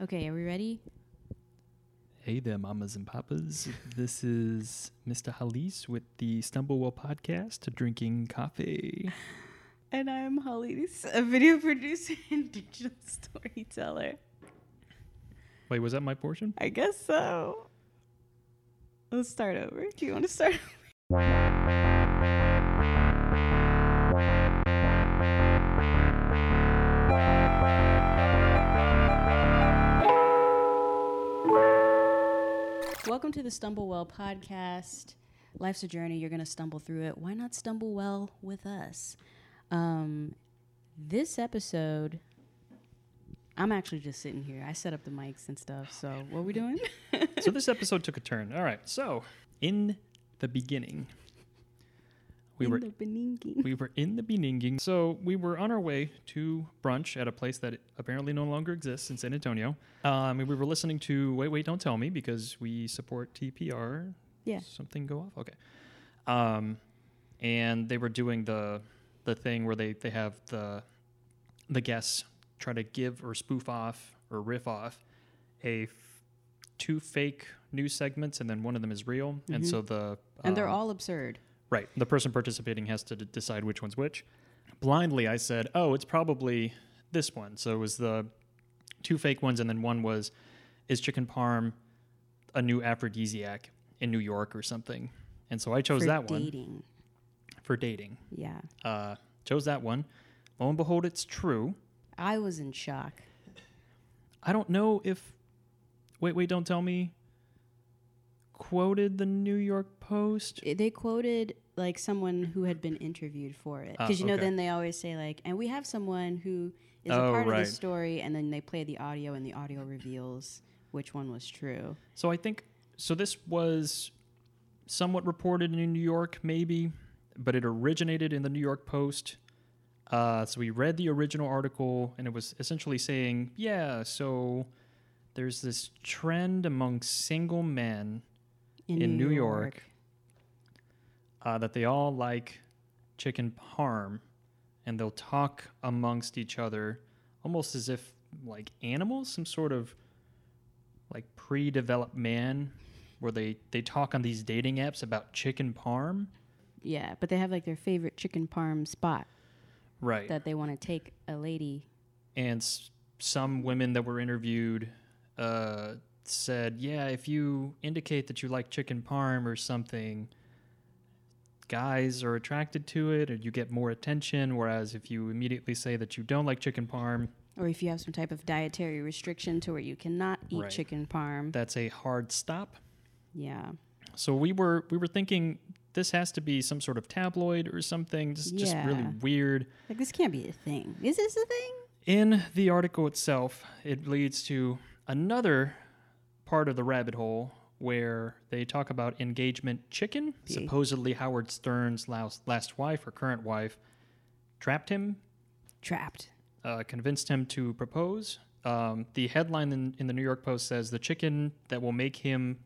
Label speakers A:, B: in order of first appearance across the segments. A: Okay, are we ready?
B: Hey there, mamas and papas. This is Mr. Halis with the Stumblewell podcast, drinking coffee.
A: And I'm Holly's a video producer and digital storyteller.
B: Wait, was that my portion?
A: I guess so. Let's start over. Do you want to start? Welcome to the Stumble Well podcast. Life's a journey. You're going to stumble through it. Why not stumble well with us? Um, this episode, I'm actually just sitting here. I set up the mics and stuff. So, what are we doing?
B: so this episode took a turn. All right. So in the beginning, we
A: In
B: were
A: the Beninging.
B: we were in the Beninging. So we were on our way to brunch at a place that apparently no longer exists in San Antonio. Um, and we were listening to Wait, Wait, Don't Tell Me because we support TPR.
A: Yeah.
B: Something go off. Okay. Um, and they were doing the the thing where they they have the the guests try to give or spoof off or riff off a f- two fake news segments and then one of them is real and so the
A: Mm-hmm. and they're
B: um,
A: all absurd.
B: Right. The person participating has to d- decide which one's which. Blindly, I said, oh, it's probably this one. So it was the two fake ones, and then one was, is chicken parm a new aphrodisiac in New York or something? And so I chose
A: for
B: that one
A: dating.
B: for dating.
A: Yeah.
B: Uh, chose that one. Lo and behold, it's true.
A: I was in shock.
B: I don't know if. Wait, wait, don't tell me. Quoted the New York Post.
A: I- They quoted like someone who had been interviewed for it.
B: Ah,
A: Because you know,
B: okay.
A: then they always say like, and we have someone who is a
B: Oh,
A: part of
B: right.
A: the story, and then they play the audio, and the audio reveals which one was true.
B: So I think so. This was somewhat reported in New York, maybe, but it originated in the New York Post. Uh, so we read the original article, and it was essentially saying, "Yeah, so there's this trend among single men
A: In,
B: New York. uh, that they all like chicken parm, and they'll talk amongst each other, almost as if like animals, some sort of like pre-developed man, where they they talk on these dating apps about chicken parm.
A: Yeah, but they have like their favorite chicken parm spot
B: Right.
A: that they want to take a lady.
B: and s- some women that were interviewed uh, said, "Yeah, if you indicate that you like chicken parm or something, guys are attracted to it, or you get more attention. Whereas if you immediately say that you don't like chicken parm,
A: Or if you have some type of dietary restriction to where you cannot eat
B: Right.
A: chicken parm.
B: that's a hard stop."
A: yeah.
B: So we were we were thinking this has to be some sort of tabloid or something. Just just really
A: Yeah.
B: weird.
A: Like this can't be a thing. Is this a thing?
B: In the article itself, it leads to another part of the rabbit hole where they talk about engagement chicken.
A: Yeah.
B: Supposedly, Howard Stern's last, last wife or current wife trapped him,
A: Trapped.
B: uh, convinced him to propose. Um, the headline in, in the New York Post says the chicken that will make him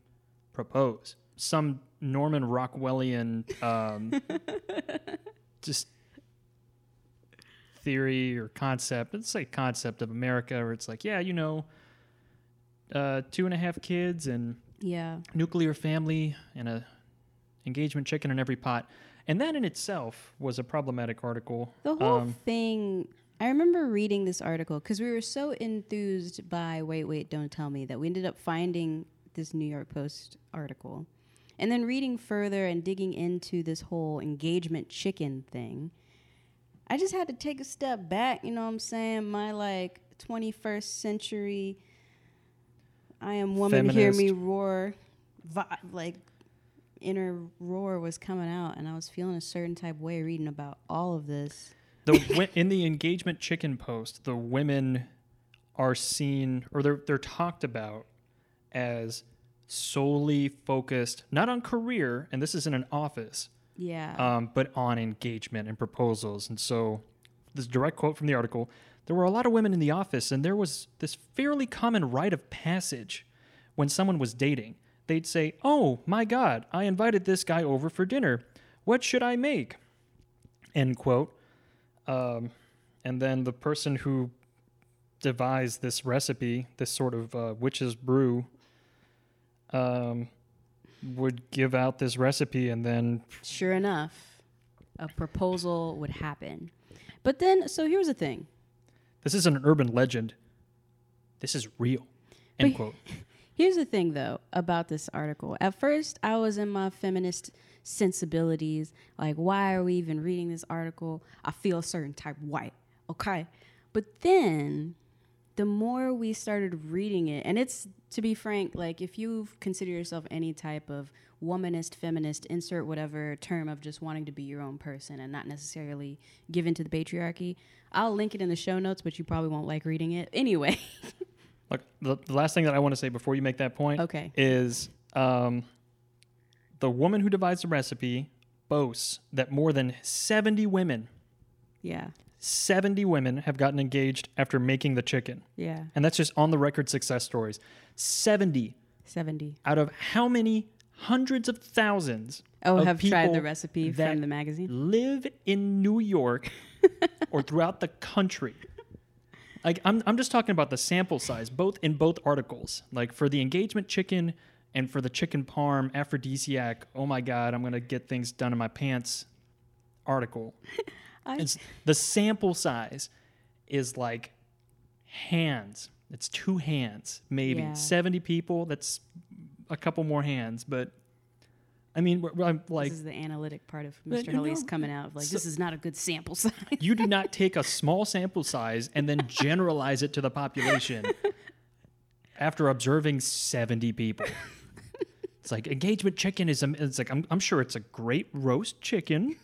B: propose. Some Norman Rockwellian um, just theory or concept. Let's say concept of America, where it's like, yeah, you know, uh, two and a half kids and
A: Yeah.
B: nuclear family and a engagement chicken in every pot. And that in itself was a problematic article.
A: The whole
B: Um,
A: thing. I remember reading this article because we were so enthused by Wait, Wait, Don't Tell Me that we ended up finding this New York Post article. And then reading further and digging into this whole engagement chicken thing, I just had to take a step back. You know what I'm saying? My like 21st century, I am woman, hear
B: Feminist.
A: me roar, vi- like inner roar was coming out. And I was feeling a certain type of way reading about all of this.
B: the wi- in the engagement chicken post, the women are seen or they're they're talked about as solely focused not on career, and this is in an office,
A: Yeah.
B: um, but on engagement and proposals. And so, this direct quote from the article there were a lot of women in the office, and there was this fairly common rite of passage when someone was dating. They'd say, Oh my God, I invited this guy over for dinner. What should I make? End quote. Um, and then the person who devised this recipe, this sort of uh, witch's brew, um, would give out this recipe, and then
A: Sure enough, a proposal would happen. But then, so here's the thing.
B: this is an urban legend. This is real. End
A: But-
B: quote.
A: Here's the thing, though, about this article. At first, I was in my feminist sensibilities. Like, why are we even reading this article? I feel a certain type of white. Okay. But then, the more we started reading it, and it's, to be frank, like, if you consider yourself any type of womanist, feminist, insert whatever term of just wanting to be your own person and not necessarily given to the patriarchy, I'll link it in the show notes, but you probably won't like reading it. Anyway.
B: Look, the, the last thing that I want to say before you make that point
A: Okay.
B: is um, the woman who devised the recipe boasts that more than 70 women,
A: Yeah.
B: 70 women have gotten engaged after making the chicken.
A: Yeah.
B: And that's just on the record success stories. 70
A: 70.
B: out of how many hundreds of thousands
A: Oh,
B: of
A: have tried the
B: people
A: recipe
B: that
A: from the magazine.
B: live in New York or throughout the country. Like I'm, I'm just talking about the sample size, both in both articles. Like for the engagement chicken and for the chicken parm aphrodisiac. Oh my God, I'm gonna get things done in my pants. Article.
A: I-
B: it's the sample size is like hands. It's two hands, maybe
A: Yeah.
B: seventy people. That's a couple more hands, but I mean, we're, I'm like
A: this is the analytic part of
B: But,
A: Mr.
B: you
A: Helly's
B: know,
A: coming out. Like,
B: so-
A: this is not a good sample size.
B: you do not take a small sample size and then generalize it to the population after observing 70 people. It's like engagement chicken is, am- it's like, I'm, I'm sure it's a great roast chicken.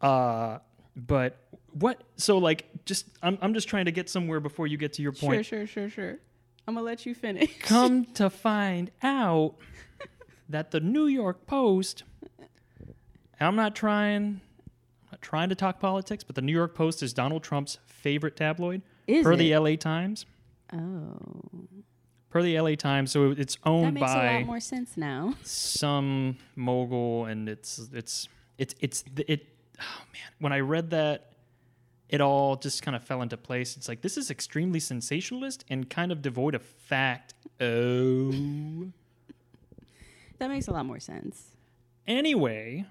B: Uh, but what, so like, just, I'm, I'm just trying to get somewhere before you get to your point.
A: sure, sure, sure. I'm gonna let you finish.
B: Come to find out that the New York Post I'm not trying I'm not trying to talk politics, but the New York Post is Donald Trump's favorite tabloid
A: Is
B: per
A: it?
B: the LA Times.
A: oh,
B: Per the LA Times, so it's
A: that
B: owned
A: makes a lot
B: by
A: more sense now.
B: some mogul and it's it's it's it's the- it oh man, when I read that it all just kind of fell into place. It's like this is extremely sensationalist and kind of devoid of fact. Oh.
A: That makes a lot more sense.
B: anyway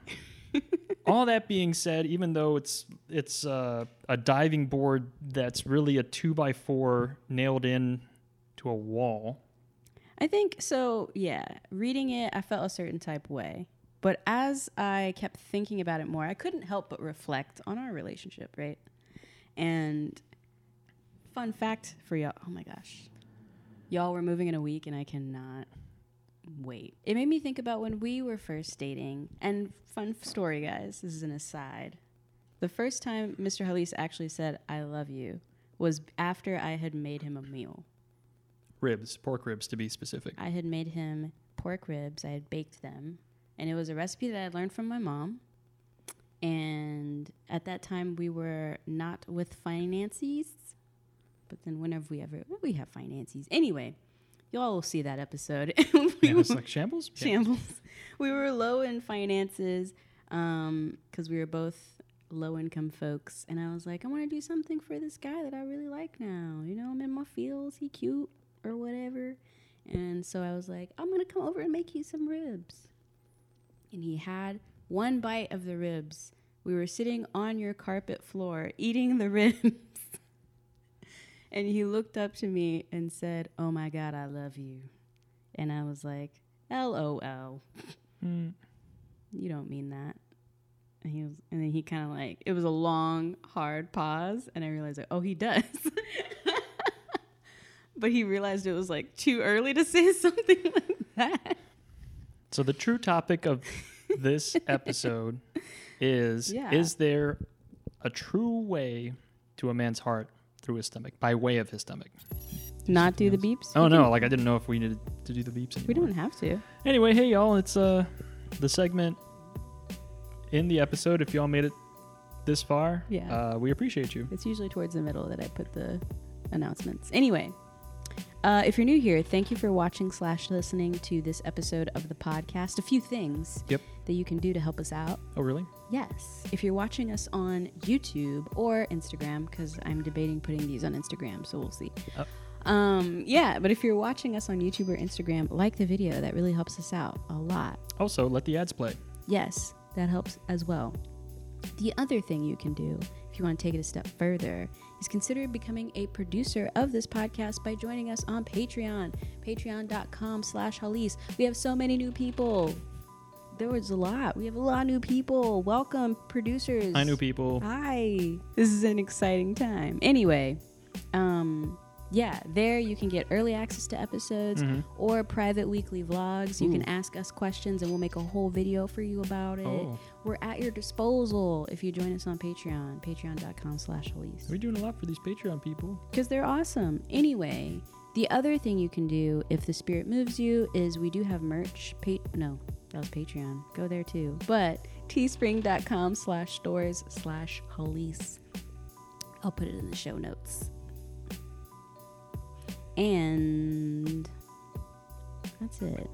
B: all that being said even though it's it's uh, a diving board that's really a two by four nailed in to a wall
A: I think so. Yeah, reading it, I felt a certain type way. But as I kept thinking about it more, I couldn't help but reflect on our relationship, right? And fun fact for y'all oh my gosh, y'all were moving in a week, and I cannot wait. It made me think about when we were first dating. And fun story, guys, this is an aside. The first time Mr. Halis actually said, I love you, was after I had made him a meal.
B: ribs pork ribs to be specific
A: I had made him pork ribs. I had baked them, and it was a recipe that I had learned from my mom. And at that time, we were not with finances, but then when have we ever? We have finances anyway. Y'all will see that episode.
B: yeah, it's like shambles Yeah.
A: shambles. We were low in finances because we were both low income folks. And I was like, I want to do something for this guy that I really like now. You know, I'm in my feels. He cute or whatever. And so I was like, I'm going to come over and make you some ribs. And he had one bite of the ribs. We were sitting on your carpet floor eating the ribs. and he looked up to me and said, Oh my God, I love you. And I was like, LOL.
B: Mm.
A: You don't mean that. And he was, and then he kind of like it was a long, hard pause, and I realized like, oh, he does. but he realized it was like too early to say something like that.
B: so the true topic of this episode is
A: Yeah.
B: is there a true way to a man's heart through his stomach by way of his stomach
A: Not do the beeps.
B: oh no like i didn't know if we needed to do the beeps
A: we
B: anymore.
A: don't have to.
B: Anyway, hey y'all, it's uh the segment in the episode. If y'all made it this far,
A: Yeah.
B: uh, we appreciate you.
A: It's usually towards the middle that I put the announcements. Anyway, Uh, if you're new here, thank you for watching slash listening to this episode of the podcast. A few things
B: Yep.
A: that you can do to help us out.
B: Oh, really?
A: Yes. If you're watching us on YouTube or Instagram, because I'm debating putting these on Instagram, so we'll see.
B: Oh.
A: Um, yeah, but if you're watching us on YouTube or Instagram, like the video. That really helps us out a lot.
B: Also, let the ads play.
A: Yes, that helps as well. The other thing you can do, if you want to take it a step further, is consider becoming a producer of this podcast by joining us on Patreon, patreon.com slash Halise. We have so many new people. There was a lot. We have a lot of new people. Welcome, producers.
B: I knew people.
A: Uh, Hi. This is an exciting time. Anyway, um, yeah, there you can get early access to episodes or private weekly vlogs. You can ask us questions and we'll make a whole video for you about it.
B: Oh.
A: We're at your disposal if you join us on Patreon, patreon.com slash Elise.
B: We're doing a lot for these Patreon people.
A: Because they're awesome. Anyway, the other thing you can do if the spirit moves you is we do have merch. Pa- no, that was Patreon. Go there too. But teespring.com slash stores slash Halise. I'll put it in the show notes. And that's it.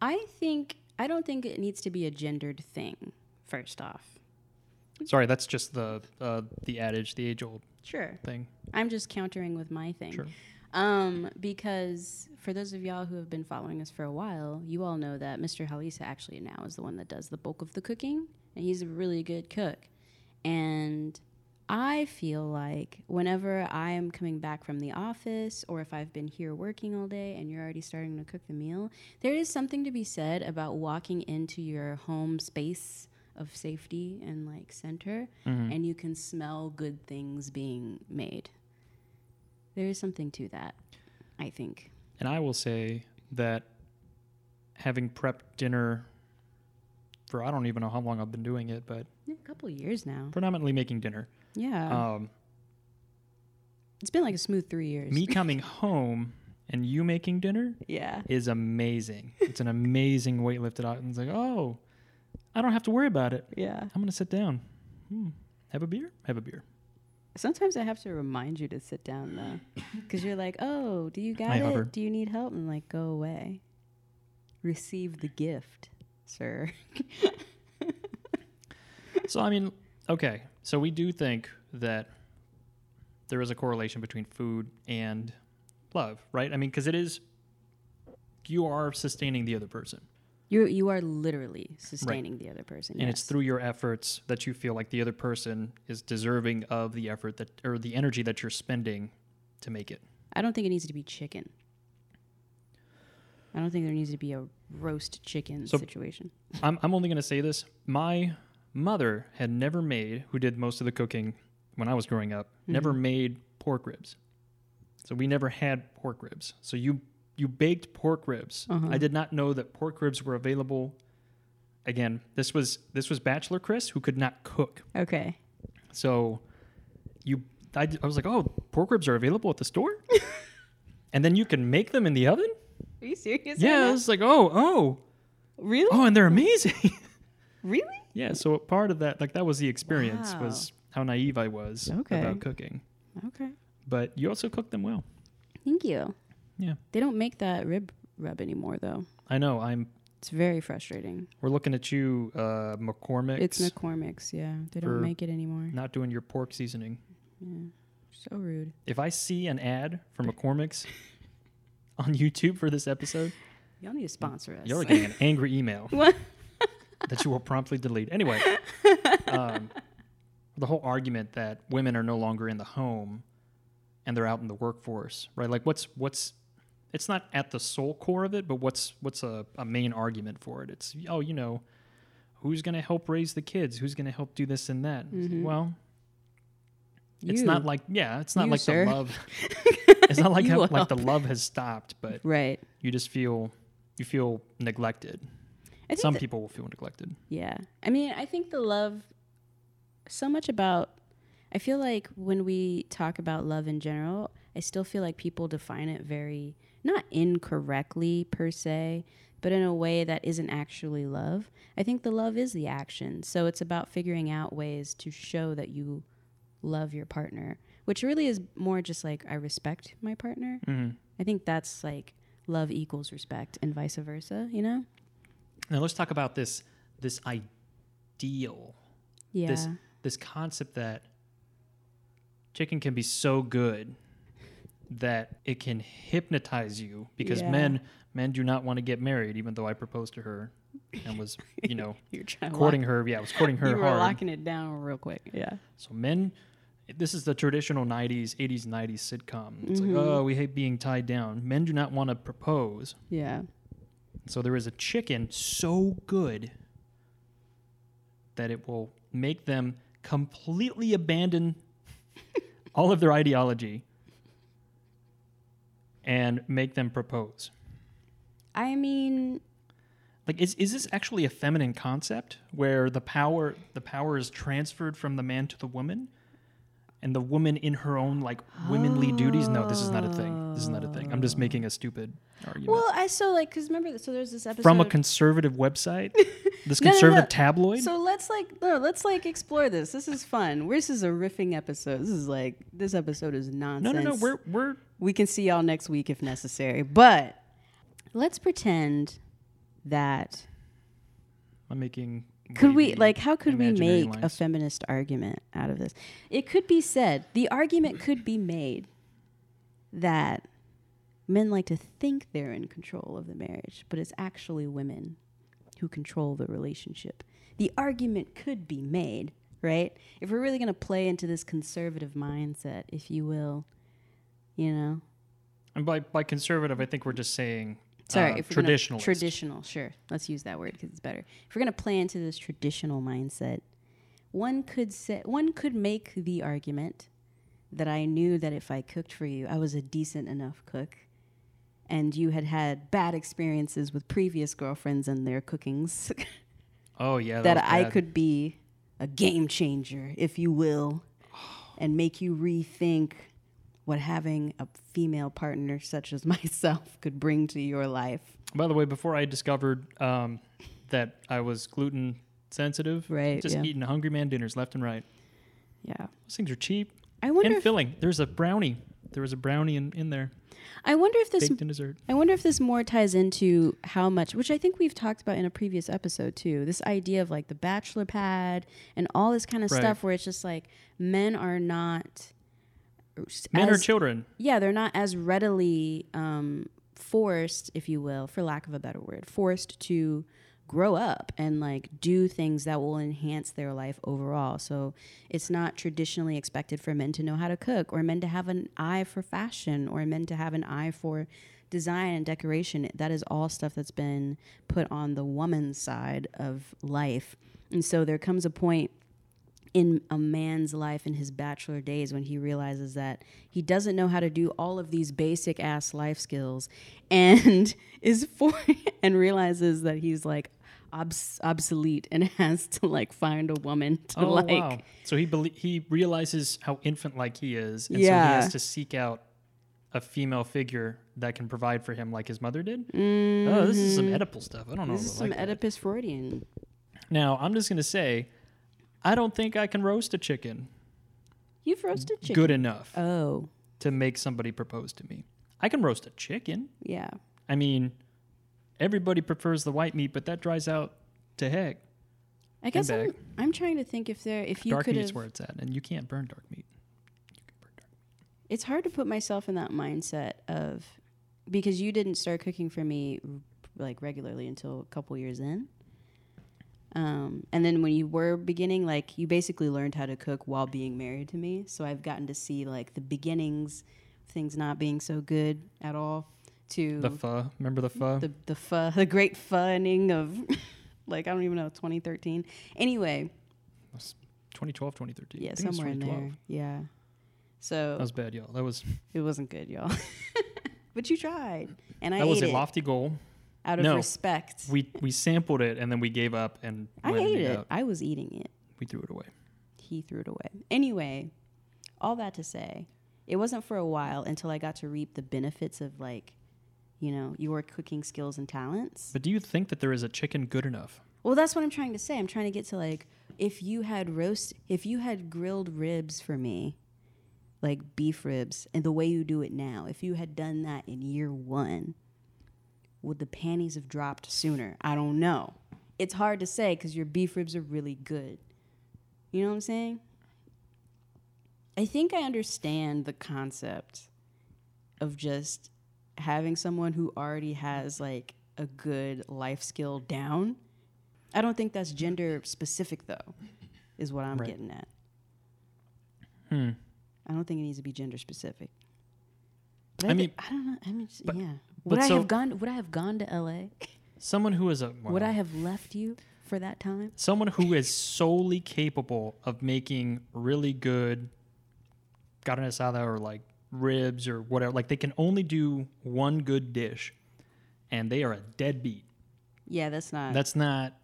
A: I think, I don't think it needs to be a gendered thing, first off.
B: Sorry, that's just the uh, the adage, the age old
A: Sure.
B: thing.
A: I'm just countering with my thing.
B: Sure.
A: Um, because for those of y'all who have been following us for a while, you all know that Mr. Halisa actually now is the one that does the bulk of the cooking, and he's a really good cook. And I feel like whenever I am coming back from the office, or if I've been here working all day and you're already starting to cook the meal, there is something to be said about walking into your home space of safety and like center, and you can smell good things being made. There is something to that, I think.
B: And I will say that having prepped dinner for I don't even know how long I've been doing it, but
A: A couple years now.
B: predominantly making dinner.
A: Yeah.
B: Um,
A: it's been like a smooth three years.
B: me coming home and you making dinner
A: Yeah.
B: is amazing. It's an amazing weight lifted off. And it's like, oh, I don't have to worry about it.
A: Yeah.
B: I'm gonna sit down. Hmm. Have a beer. Have a beer.
A: Sometimes I have to remind you to sit down though, because you're like, "Oh, do you got
B: I
A: it?
B: hover.
A: Do you need help?" And I'm like, "Go away. Receive the gift, sir."
B: So I mean, okay. So we do think that there is a correlation between food and love, right? I mean, because it is you are sustaining the other person,
A: You you are literally sustaining the other person,
B: and it's
A: yes.
B: through your efforts that you feel like the other person is deserving of the effort that or the energy that you're spending to make it.
A: I don't think it needs to be chicken. I don't think there needs to be a roast chicken
B: So-
A: situation.
B: I'm, I'm only going to say this. My mother had never made, who did most of the cooking when I was growing up, never made pork ribs. So we never had pork ribs. So you you baked pork ribs.
A: Uh-huh.
B: I did not know that pork ribs were available. Again, this was this was bachelor Chris who could not cook.
A: Okay.
B: So you I, d- I was like, "Oh, pork ribs are available at the store?" and then you can make them in the oven?
A: Are you serious?
B: yeah, I was like, "Oh, oh.
A: Really?
B: Oh, and they're amazing."
A: Really?
B: Yeah, so part of that, like that was the experience,
A: Wow.
B: was how naive I was
A: Okay.
B: about cooking.
A: Okay.
B: But you also cooked them well.
A: Thank you.
B: Yeah,
A: They don't make that rib rub anymore, though.
B: I know. I'm.
A: It's very frustrating.
B: We're looking at you, uh, McCormick.
A: It's McCormick's, yeah. They
B: For-
A: don't make it anymore.
B: not doing your pork seasoning.
A: Yeah. So rude.
B: If I see an ad for McCormick's on YouTube for this episode,
A: Y'all need to sponsor us.
B: you're getting an angry email
A: What?
B: that you will promptly delete. Anyway, um, the whole argument that women are no longer in the home and they're out in the workforce, right? Like, what's what's it's not at the sole core of it, but what's what's a, a main argument for it? It's oh, you know, who's going to help raise the kids? Who's going to help do this and that? It's like,
A: Mhm.
B: Well, it's
A: You.
B: not like yeah, it's not
A: You,
B: like
A: sir.
B: the love. it's not like
A: You
B: how-
A: will
B: like the love has stopped, but
A: Right.
B: you just feel you feel neglected.
A: I think
B: Some
A: that-
B: people will feel neglected.
A: Yeah. I mean, I think the love, so much about, I feel like when we talk about love in general, I still feel like people define it very, not incorrectly per se, but in a way that isn't actually love. I think the love is the action. So it's about figuring out ways to show that you love your partner which really is more just like I respect my partner.
B: Mm-hmm.
A: I think that's like love equals respect and vice versa, you know?
B: Now let's talk about this this ideal,
A: Yeah.
B: this this concept that chicken can be so good that it can hypnotize you because
A: Yeah.
B: men men do not want to get married even though I proposed to her and was, you know,
A: You're trying to
B: courting her. Yeah, I was courting her
A: lock, you were
B: hard.
A: locking it down real quick. Yeah.
B: So men, this is the traditional '90s, '80s, '90s sitcom. It's
A: Mm-hmm.
B: like, oh, we hate being tied down. Men do not want to propose.
A: Yeah.
B: So there is a chicken so good that it will make them completely abandon all of their ideology and make them propose.
A: I mean,
B: Like, is, is this actually a feminine concept where the power the power is transferred from the man to the woman, and the woman in her own like womanly duties? No, this is not a thing. This is not a thing. I'm just making a stupid argument
A: well, I so like because remember, so there's this episode
B: from a conservative website, this
A: No, no, no.
B: conservative tabloid.
A: So let's like no, let's like explore this. This is fun. We're, this is a riffing episode. This is like this episode is
B: no,
A: nonsense.
B: no, no. We're we're
A: we can see y'all next week if necessary. But let's pretend that
B: I'm making.
A: could we
B: wavy
A: like how could we
B: imaginary
A: make a
B: lines.
A: feminist argument out of this? It could be said the argument could be made that men like to think they're in control of the marriage, but it's actually women who control the relationship. The argument could be made, right? If we're really going to play into this conservative mindset, if you will, you know.
B: and by by conservative, I think we're just saying
A: Sorry,
B: uh,
A: if we're
B: traditionalist.
A: Gonna, traditional, sure. Let's use that word because it's better. If we're going to play into this traditional mindset, one could say one could make the argument that I knew that if I cooked for you, I was a decent enough cook, and you had had bad experiences with previous girlfriends and their cookings,
B: oh yeah,
A: that
B: was
A: I
B: bad.
A: could be a game changer, if you will, and make you rethink what having a female partner such as myself could bring to your life.
B: By the way, before I discovered um, that I was gluten sensitive,
A: Right,
B: just
A: yeah.
B: eating Hungry Man dinners left and right.
A: Yeah.
B: Those things are cheap
A: I wonder.
B: and
A: If,
B: filling. There's a brownie. There was a brownie in, in there,
A: I wonder if this.
B: baked in dessert.
A: I wonder if this more ties into how much, which I think we've talked about in a previous episode too. This idea of like the bachelor pad and all this kind of
B: Right.
A: stuff, where it's just like men are not. uh,
B: Men are
A: as-
B: children.
A: yeah, they're not as readily um, forced, if you will, for lack of a better word, forced to grow up and like do things that will enhance their life overall. So it's not traditionally expected for men to know how to cook or men to have an eye for fashion or men to have an eye for design and decoration. That is all stuff that's been put on the woman's side of life. And so there comes a point in a man's life in his bachelor days when he realizes that he doesn't know how to do all of these basic ass life skills and is for and realizes that he's like obs- obsolete and has to like find a woman to
B: Oh
A: like
B: wow! So he belie- he realizes how infant like he is, and so he
A: Yeah.
B: has to seek out a female figure that can provide for him, like his mother did. Oh, this is some Oedipal stuff. I don't know.
A: Mm-hmm. mm, this
B: if
A: is
B: I
A: some
B: like that.
A: Oedipus Freudian
B: Now I'm just gonna say, I don't think I can roast a chicken,
A: you've roasted chicken
B: good enough
A: oh
B: to make somebody propose to me. I can roast a chicken.
A: yeah
B: I mean, everybody prefers the white meat, but that dries out to heck.
A: I guess
B: back.
A: I'm, I'm trying to think if there if you
B: dark
A: could
B: meat's
A: have
B: where it's at, and you can't burn dark meat. You can burn dark.
A: it's hard to put myself in that mindset of because you didn't start cooking for me like regularly until a couple years in um, and then when you were beginning like you basically learned how to cook while being married to me so i've gotten to see like the beginnings of things not being so good at all to
B: The pho. Remember the pho?
A: the the fu- the great funning of like i don't even know 2013 anyway
B: 2012, 2013.
A: yeah
B: I think it was
A: somewhere in
B: 2012.
A: there yeah so
B: That was bad, y'all. That was
A: It wasn't good, y'all. but you tried, and I
B: that was
A: ate
B: a
A: it
B: lofty goal.
A: out of
B: no.
A: respect.
B: We we sampled it and then we gave up and
A: I
B: went and
A: ate it.
B: out.
A: I was eating it.
B: We threw it away.
A: He threw it away. Anyway, all that to say, it wasn't for a while until I got to reap the benefits of like, you know, your cooking skills and talents.
B: But do you think that there is a chicken good enough?
A: Well, that's what I'm trying to say. I'm trying to get to like if you had roast, if you had grilled ribs for me, like beef ribs and the way you do it now, if you had done that in year one, would the panties have dropped sooner? I don't know. It's hard to say because your beef ribs are really good. You know what I'm saying? I think I understand the concept of just having someone who already has like a good life skill down. I don't think that's gender specific though, is what I'm
B: Right.
A: getting at.
B: Hmm.
A: I don't think it needs to be gender specific.
B: I
A: I, thi-
B: mean-
A: I don't know. I mean, it's-
B: but-
A: yeah.
B: but
A: Would I
B: so-
A: have gone? Would I have gone to L.A.?
B: Someone who is a
A: Would
B: wow.
A: I have left you for that time?
B: someone who is solely capable of making really good carne asada or like ribs or whatever. Like they can only do one good dish, and they are a deadbeat.
A: Yeah, that's not.
B: That's not.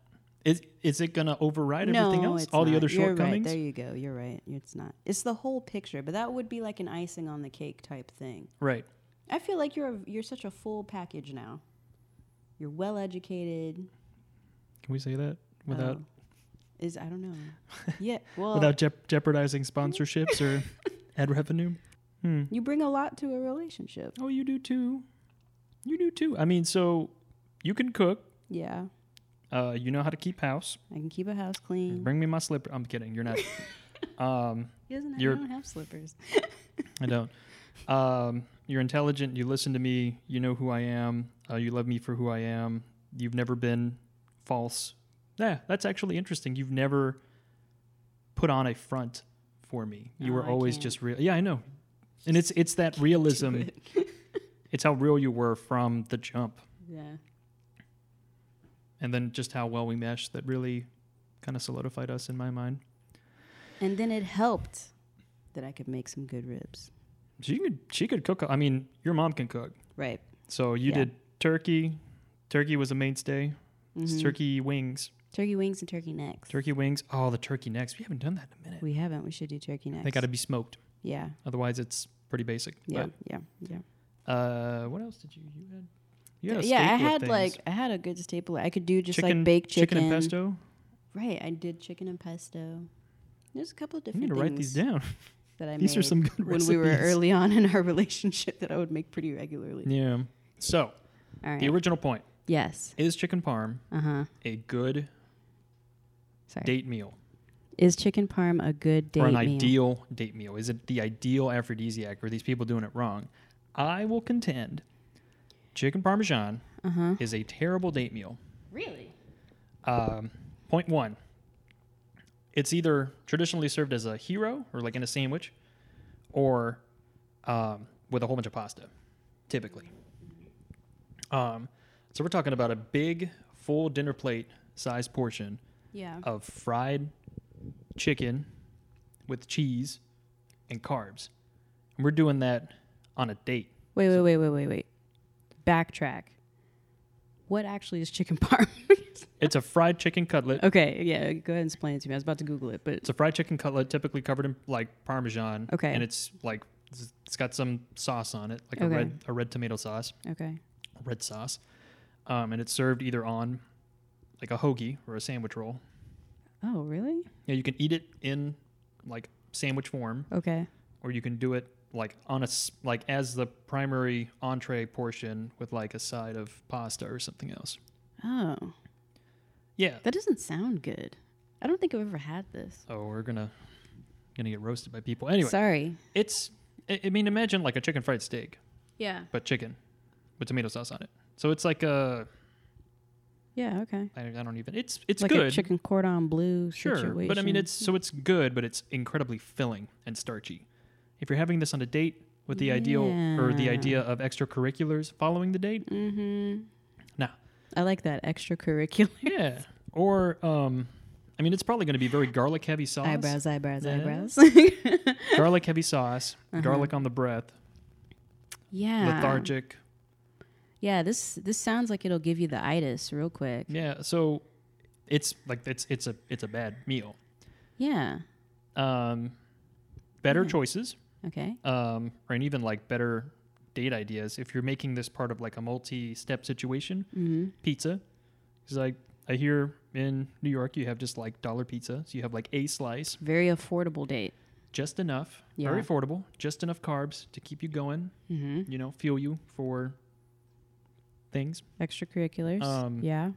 B: Is is it gonna override
A: Uh, no,
B: everything else?
A: it's
B: All the
A: not.
B: other
A: You're Right.
B: shortcomings.
A: There you go. You're right. It's not. It's the whole picture. But that would be like an icing on the cake type thing.
B: right.
A: I feel like you're a, you're such a full package now. You're well educated.
B: Can we say that without
A: oh, is I don't know. Yeah. Well,
B: without jep jeopardizing sponsorships or ad revenue? Hmm.
A: you bring a lot to a relationship.
B: Oh, you do too. You do too. I mean, so you can cook.
A: Yeah.
B: Uh, you know how to keep house.
A: I can keep a house clean.
B: Bring me my slipper. I'm kidding. You're not. um,
A: He doesn't. Have, I
B: You're-
A: don't have slippers.
B: I don't. Um, you're intelligent. You listen to me. You know who I am. Uh, you love me for who I am. You've never been false. Yeah, that's actually interesting. You've never put on a front for me. You
A: No,
B: were
A: I
B: always
A: can't.
B: just real. Yeah, I know. And it's it's that realism. it's how real you were from the jump,
A: Yeah.
B: and then just how well we meshed. That really kind of solidified us in my mind.
A: And then it helped that I could make some good ribs.
B: She could she could cook. I mean, your mom can cook.
A: Right.
B: So you
A: Yeah.
B: did turkey. Turkey was a mainstay. It's
A: Mhm.
B: turkey wings.
A: Turkey wings and turkey necks.
B: Turkey wings. Oh, the turkey necks. We haven't done that in a minute.
A: We haven't. We should do turkey necks.
B: They got to be smoked.
A: Yeah.
B: Otherwise, it's pretty basic.
A: Yeah. yeah. Yeah. Uh,
B: But, uh, what else did you you had? You had a
A: yeah. I
B: staple of
A: had
B: things.
A: like I had a good staple. I could do just
B: Chicken-
A: like baked chicken.
B: and pesto.
A: Right. I did chicken and pesto. There's a couple of
B: You
A: different
B: need to
A: things
B: write these down.
A: that I
B: These
A: made
B: are some good
A: when
B: recipes.
A: we were early on in our relationship that I would make pretty regularly.
B: Yeah. So
A: All
B: the
A: right.
B: original point
A: yes.
B: is chicken parm
A: Uh huh.
B: a good
A: Sorry.
B: date meal
A: Is chicken parm a good date
B: or an
A: meal?
B: ideal date meal? Is it the ideal aphrodisiac? Or are these people doing it wrong? I will contend chicken parmesan
A: Uh huh.
B: is a terrible date meal.
A: Really?
B: Um, point one, it's either traditionally served as a hero or like in a sandwich or um, with a whole bunch of pasta, typically. Um, so we're talking about a big, full dinner plate size portion
A: Yeah.
B: of fried chicken with cheese and carbs. And we're doing that on a date.
A: Wait, wait, wait, wait, wait, wait. Backtrack. What actually is chicken parm?
B: It's a fried chicken cutlet.
A: okay, yeah, go ahead and explain it to me. I was about to Google it, but
B: It's a fried chicken cutlet, typically covered in like parmesan.
A: Okay.
B: And it's like it's got some sauce on it, like
A: Okay.
B: a red a red tomato sauce,
A: okay.
B: red sauce, um, and it's served either on like a hoagie or a sandwich roll.
A: Oh, really?
B: Yeah, you can eat it in like sandwich form,
A: Okay.
B: or you can do it like on a s- like as the primary entree portion with like a side of pasta or something else.
A: Oh,
B: Yeah.
A: that doesn't sound good. I don't think I've ever had this.
B: Oh, we're gonna gonna get roasted by people. Anyway,
A: Sorry.
B: it's I I mean imagine like a chicken fried steak.
A: Yeah.
B: but chicken with tomato sauce on it. So it's like a
A: Yeah. Okay.
B: I, I don't even it's it's
A: like
B: good.
A: a chicken cordon bleu
B: sure,
A: situation.
B: but I mean it's so it's good, but it's incredibly filling and starchy. If you're having this on a date with the ideal or the
A: Yeah.
B: idea of extracurriculars following the date,
A: Mm-hmm.
B: nah,
A: I like that extracurricular
B: yeah. Or um, I mean it's probably going to be very garlic heavy sauce,
A: eyebrows, eyebrows,
B: Yeah.
A: eyebrows.
B: garlic heavy sauce,
A: Uh-huh.
B: garlic on the breath,
A: yeah.
B: lethargic.
A: Yeah. This this sounds like it'll give you the itis real quick.
B: Yeah, so it's like it's it's a it's a bad meal.
A: Yeah.
B: Um,
A: Hmm.
B: better choices.
A: Okay.
B: um, or and even like better date ideas if you're making this part of like a multi-step situation
A: Mm-hmm.
B: pizza because like i hear in new york you have just like dollar pizza so you have like a slice
A: Very affordable date.
B: just enough,
A: Yeah.
B: very affordable, just enough carbs to keep you going,
A: Mm-hmm.
B: you know, fuel you for things
A: Extracurriculars.
B: Um,
A: yeah.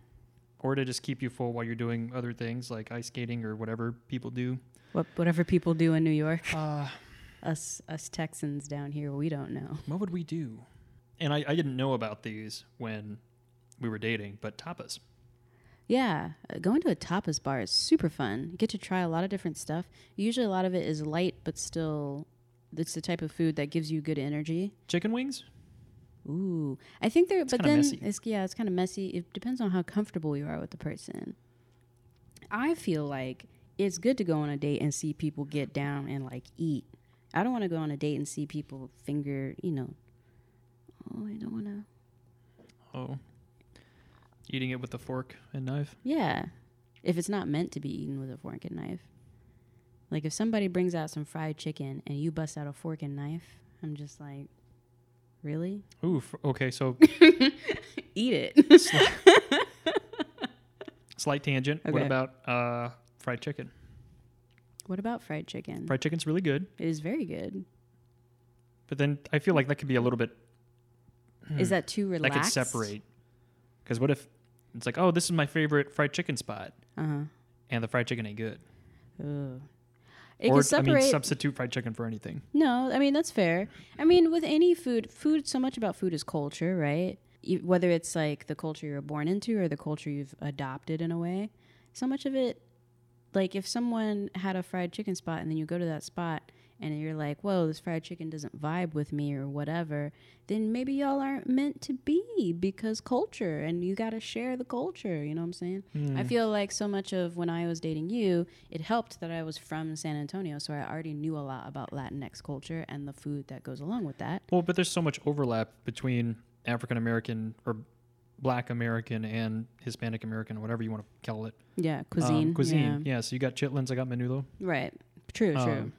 B: or to just keep you full while you're doing other things like ice skating or whatever people do.
A: What, whatever people do in New York,
B: Uh,
A: us us Texans down here, we don't know.
B: what would we do? And I, I didn't know about these when we were dating, but tapas.
A: Yeah, uh, going to a tapas bar is super fun. You get to try a lot of different stuff. Usually, a lot of it is light, but still, it's the type of food that gives you good energy.
B: Chicken wings?
A: Ooh, I think they're but
B: kinda
A: then
B: messy.
A: it's yeah, it's kind of messy. It depends on how comfortable you are with the person. I feel like it's good to go on a date and see people get down and like eat. I don't want to go on a date and see people finger, you know. Oh, I don't want to.
B: Oh. Eating it with a fork and knife.
A: Yeah. If it's not meant to be eaten with a fork and knife. Like if somebody brings out some fried chicken and you bust out a fork and knife, I'm just like, really?
B: Ooh, f- okay, so
A: Eat it.
B: slight tangent. What
A: Okay.
B: about uh, fried chicken?
A: what about fried chicken?
B: Fried chicken's really good,
A: It is very good.
B: but then I feel like that could be a little bit
A: Is that too
B: Hmm. that
A: relaxed?
B: could separate. Because what if it's like, oh, this is my favorite fried chicken spot,
A: Uh
B: and the fried chicken ain't good,
A: huh. It
B: or
A: could separate.
B: I mean, substitute fried chicken for anything.
A: no, I mean that's fair. I mean, with any food, food so much about food is culture, right? You, whether it's like the culture you were born into or the culture you've adopted in a way, so much of it, like if someone had a fried chicken spot and then you go to that spot and you're like, "Whoa, this fried chicken doesn't vibe with me" or whatever, then maybe y'all aren't meant to be because culture, and you got to share the culture. You know what I'm saying? I feel like so much of when I was dating you, it helped that I was from San Antonio, so I already knew a lot about Latinx culture and the food that goes along with that.
B: Well, but there's so much overlap between African American or Black American and Hispanic American, whatever you want to call it,
A: Yeah,
B: Um,
A: cuisine.
B: cuisine. Yeah. So you got chitlins, I got menudo.
A: Yeah. Right. True, true.
B: Um,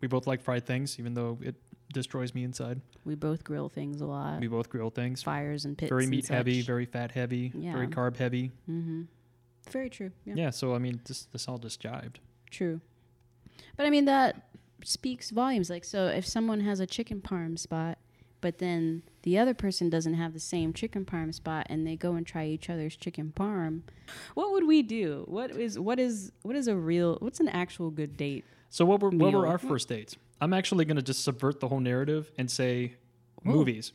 B: we both like fried things, even though it destroys me inside.
A: we both grill things a lot.
B: We both grill things.
A: Fires and pits.
B: Very
A: Uh, and
B: meat heavy,
A: such.
B: very fat heavy, very
A: Yeah.
B: carb heavy.
A: Mhm. Very true. Yeah.
B: Yeah. so I mean, this this all just jived.
A: True. But I mean that speaks volumes. Like so if someone has a chicken parm spot, but then the other person doesn't have the same chicken parm spot and they go and try each other's chicken parm, what would we do? What is what is what is a real what's an actual good date?
B: So what were what were
A: Meal.
B: our first dates? I'm actually going to just subvert the whole narrative and say
A: Ooh.
B: movies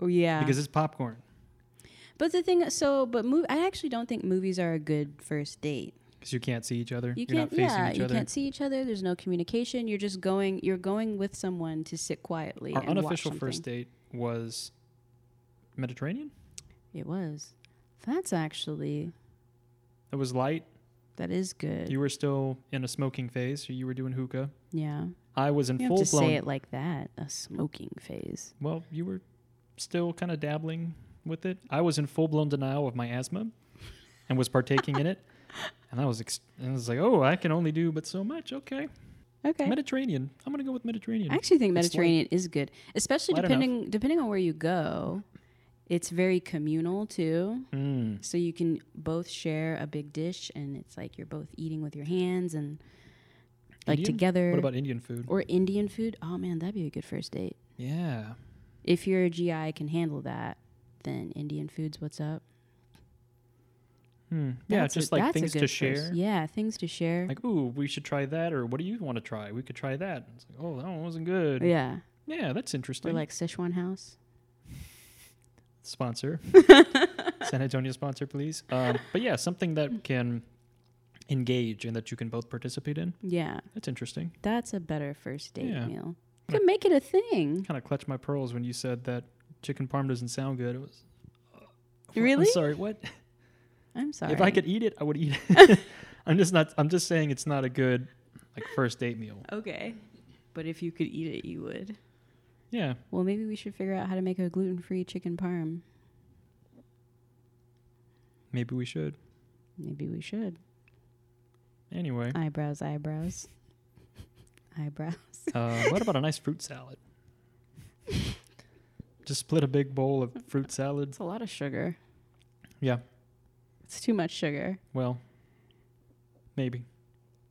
A: Oh yeah.
B: because it's popcorn.
A: but the thing so but mov- I actually don't think movies are a good first date.
B: Because you can't see each other.
A: You
B: are not
A: can't
B: facing
A: yeah,
B: each
A: you
B: other.
A: can't see each other, there's no communication. You're just going you're going with someone to sit quietly
B: Our
A: and
B: unofficial
A: watch
B: first
A: something.
B: date was Mediterranean.
A: It was. That's actually
B: It was light.
A: That is good.
B: You were still in a smoking phase, so you were doing hookah.
A: yeah.
B: I was in
A: You have
B: full
A: to
B: blown.
A: say it like that. A smoking phase.
B: Well, you were still kind of dabbling with it. I was in full blown denial of my asthma, and was partaking in it. And I was, ex- and I was like, oh, I can only do but so much. Okay,
A: Okay.
B: Mediterranean. I'm gonna go with Mediterranean.
A: I actually think
B: It's light.
A: Mediterranean is good, especially
B: Light enough.
A: depending depending on where you go. It's very communal too,
B: Mm.
A: so you can both share a big dish, and it's like you're both eating with your hands and like
B: Indian?
A: together.
B: What about Indian food?
A: or Indian food? Oh man, that'd be a good first date.
B: Yeah,
A: If your GI can handle that, then Indian foods, what's up?
B: Hmm. yeah,
A: That's a-
B: just like
A: that's a
B: things
A: good
B: to
A: first-
B: share.
A: Yeah, things to share.
B: Like, ooh, we should try that, or what do you want to try? We could try that. It's like, oh, that one wasn't good. Yeah,
A: yeah,
B: that's
A: or
B: interesting.
A: like Sichuan house.
B: sponsor san antonio sponsor please um, but yeah something that can engage and that you can both participate in
A: Yeah.
B: that's interesting
A: That's a better first date
B: Yeah.
A: meal.
B: Yeah.
A: Could make it a thing.
B: kind of clutch my pearls when you said that chicken parm doesn't sound good it was uh, I'm
A: Really?
B: sorry what
A: I'm sorry.
B: if i could eat it i would eat it i'm just not i'm just saying it's not a good like first date meal
A: Okay. But if you could eat it, you would.
B: yeah
A: Well, maybe we should figure out how to make a gluten free chicken parm.
B: maybe we should
A: Maybe we should.
B: anyway
A: Eyebrows, eyebrows. eyebrows.
B: uh, what about a nice fruit salad just split a big bowl of fruit salad
A: It's a lot of sugar.
B: yeah
A: It's too much sugar.
B: Well, maybe.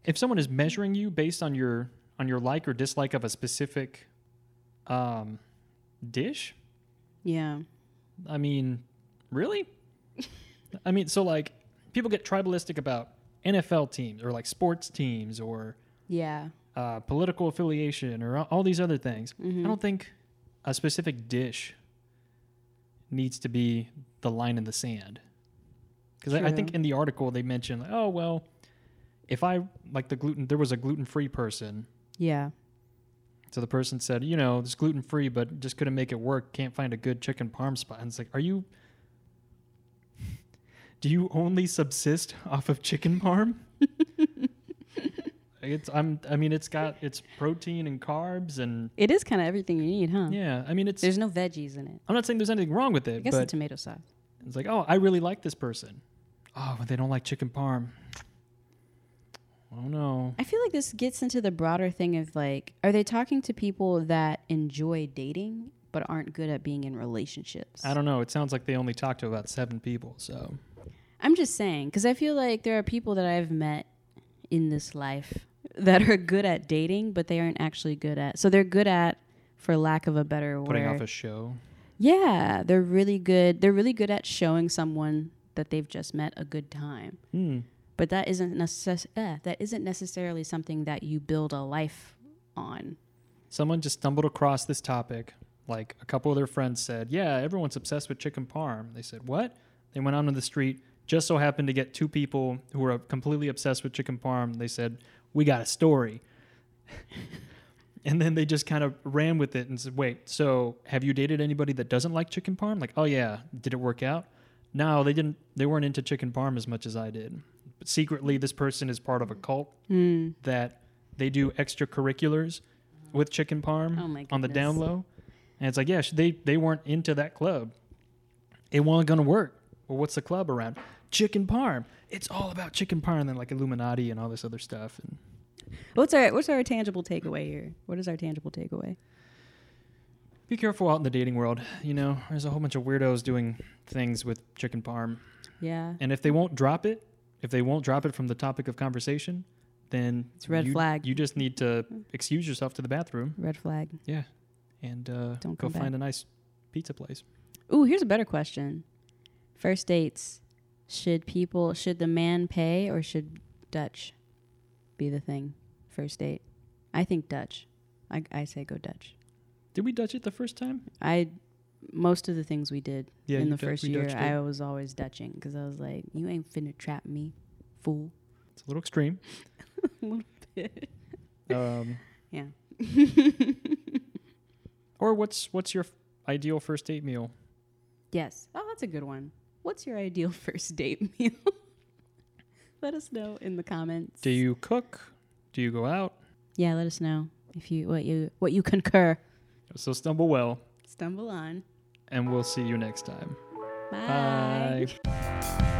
B: If someone is measuring you based on your on your like or dislike of a specific um, dish.
A: Yeah.
B: I mean, really? I mean, so like people get tribalistic about NFL teams or like sports teams or
A: Yeah.
B: uh, political affiliation or a- all these other things. I
A: Mhm.
B: don't think a specific dish needs to be the line in the sand. Because I, I think
A: True.
B: in the article they mentioned, like, oh, well, if I like the gluten, there was a gluten free person.
A: Yeah.
B: So the person said, you know, it's gluten free, but just couldn't make it work. Can't find a good chicken parm spot. And it's like, are you. Do you only subsist off of chicken parm? it's I'm I mean it's got it's protein and carbs and
A: It is kind of everything you need, huh?
B: yeah, I mean it's
A: There's no veggies in it.
B: I'm not saying there's anything wrong with
A: I
B: it,
A: guess the
B: but
A: tomato sauce.
B: it's like, oh, I really like this person. Oh, but they don't like chicken parm. Oh no.
A: I feel like this gets into the broader thing of like, are they talking to people that enjoy dating but aren't good at being in relationships?
B: I don't know. It sounds like they only talked to about seven people, so
A: I'm just saying, because I feel like there are people that I've met in this life that are good at dating, but they aren't actually good at. So they're good at, for lack of a better word,
B: putting off a show.
A: yeah, they're really good. They're really good at showing someone that they've just met a good time.
B: Hmm.
A: But that isn't necess- eh, that isn't necessarily something that you build a life on.
B: Someone just stumbled across this topic. Like a couple of their friends said, Yeah, everyone's obsessed with chicken parm. They said, What? They went out on the street, just so happened to get two people who were completely obsessed with chicken parm. They said, We got a story. and then they just kind of ran with it and said, Wait, so have you dated anybody that doesn't like chicken parm? Like, oh yeah, did it work out? No, they didn't they weren't into chicken parm as much as I did. But secretly this person is part of a cult
A: Mm.
B: that they do extracurriculars with chicken parm
A: Oh my
B: on the down
A: goodness.
B: low. And it's like, yeah, sh- they, they weren't into that club. It wasn't going to work. Well, what's the club around? Chicken parm. It's all about chicken parm and then like Illuminati and all this other stuff. And
A: What's our what's our tangible takeaway here? What is our tangible takeaway?
B: be careful out in the dating world. You know, there's a whole bunch of weirdos doing things with chicken parm.
A: Yeah,
B: And if they won't drop it, if they won't drop it from the topic of conversation, then
A: It's a red
B: you-
A: flag.
B: You just need to excuse yourself to the bathroom
A: red flag.
B: and uh,
A: Don't
B: go
A: come back.
B: find a nice pizza place.
A: Ooh, here's a better question. First dates. Should people should the man pay or should Dutch be the thing? First date. I think Dutch. I, I say go Dutch.
B: Did we Dutch it the first time?
A: I most of the things we did
B: Yeah,
A: in
B: you
A: the
B: du-
A: first
B: we
A: year,
B: Dutched it.
A: I was always Dutching because I was like, "You ain't finna trap me, fool."
B: It's a little extreme.
A: Little
B: Um,
A: Yeah.
B: or what's what's your f- ideal first date meal?
A: Yes. Oh, that's a good one. What's your ideal first date meal? let us know in the comments.
B: Do you cook? Do you go out?
A: Yeah, let us know if you what you what you concur.
B: So stumble well,
A: Stumble on.
B: and we'll see you next time.
A: Bye.
B: Bye.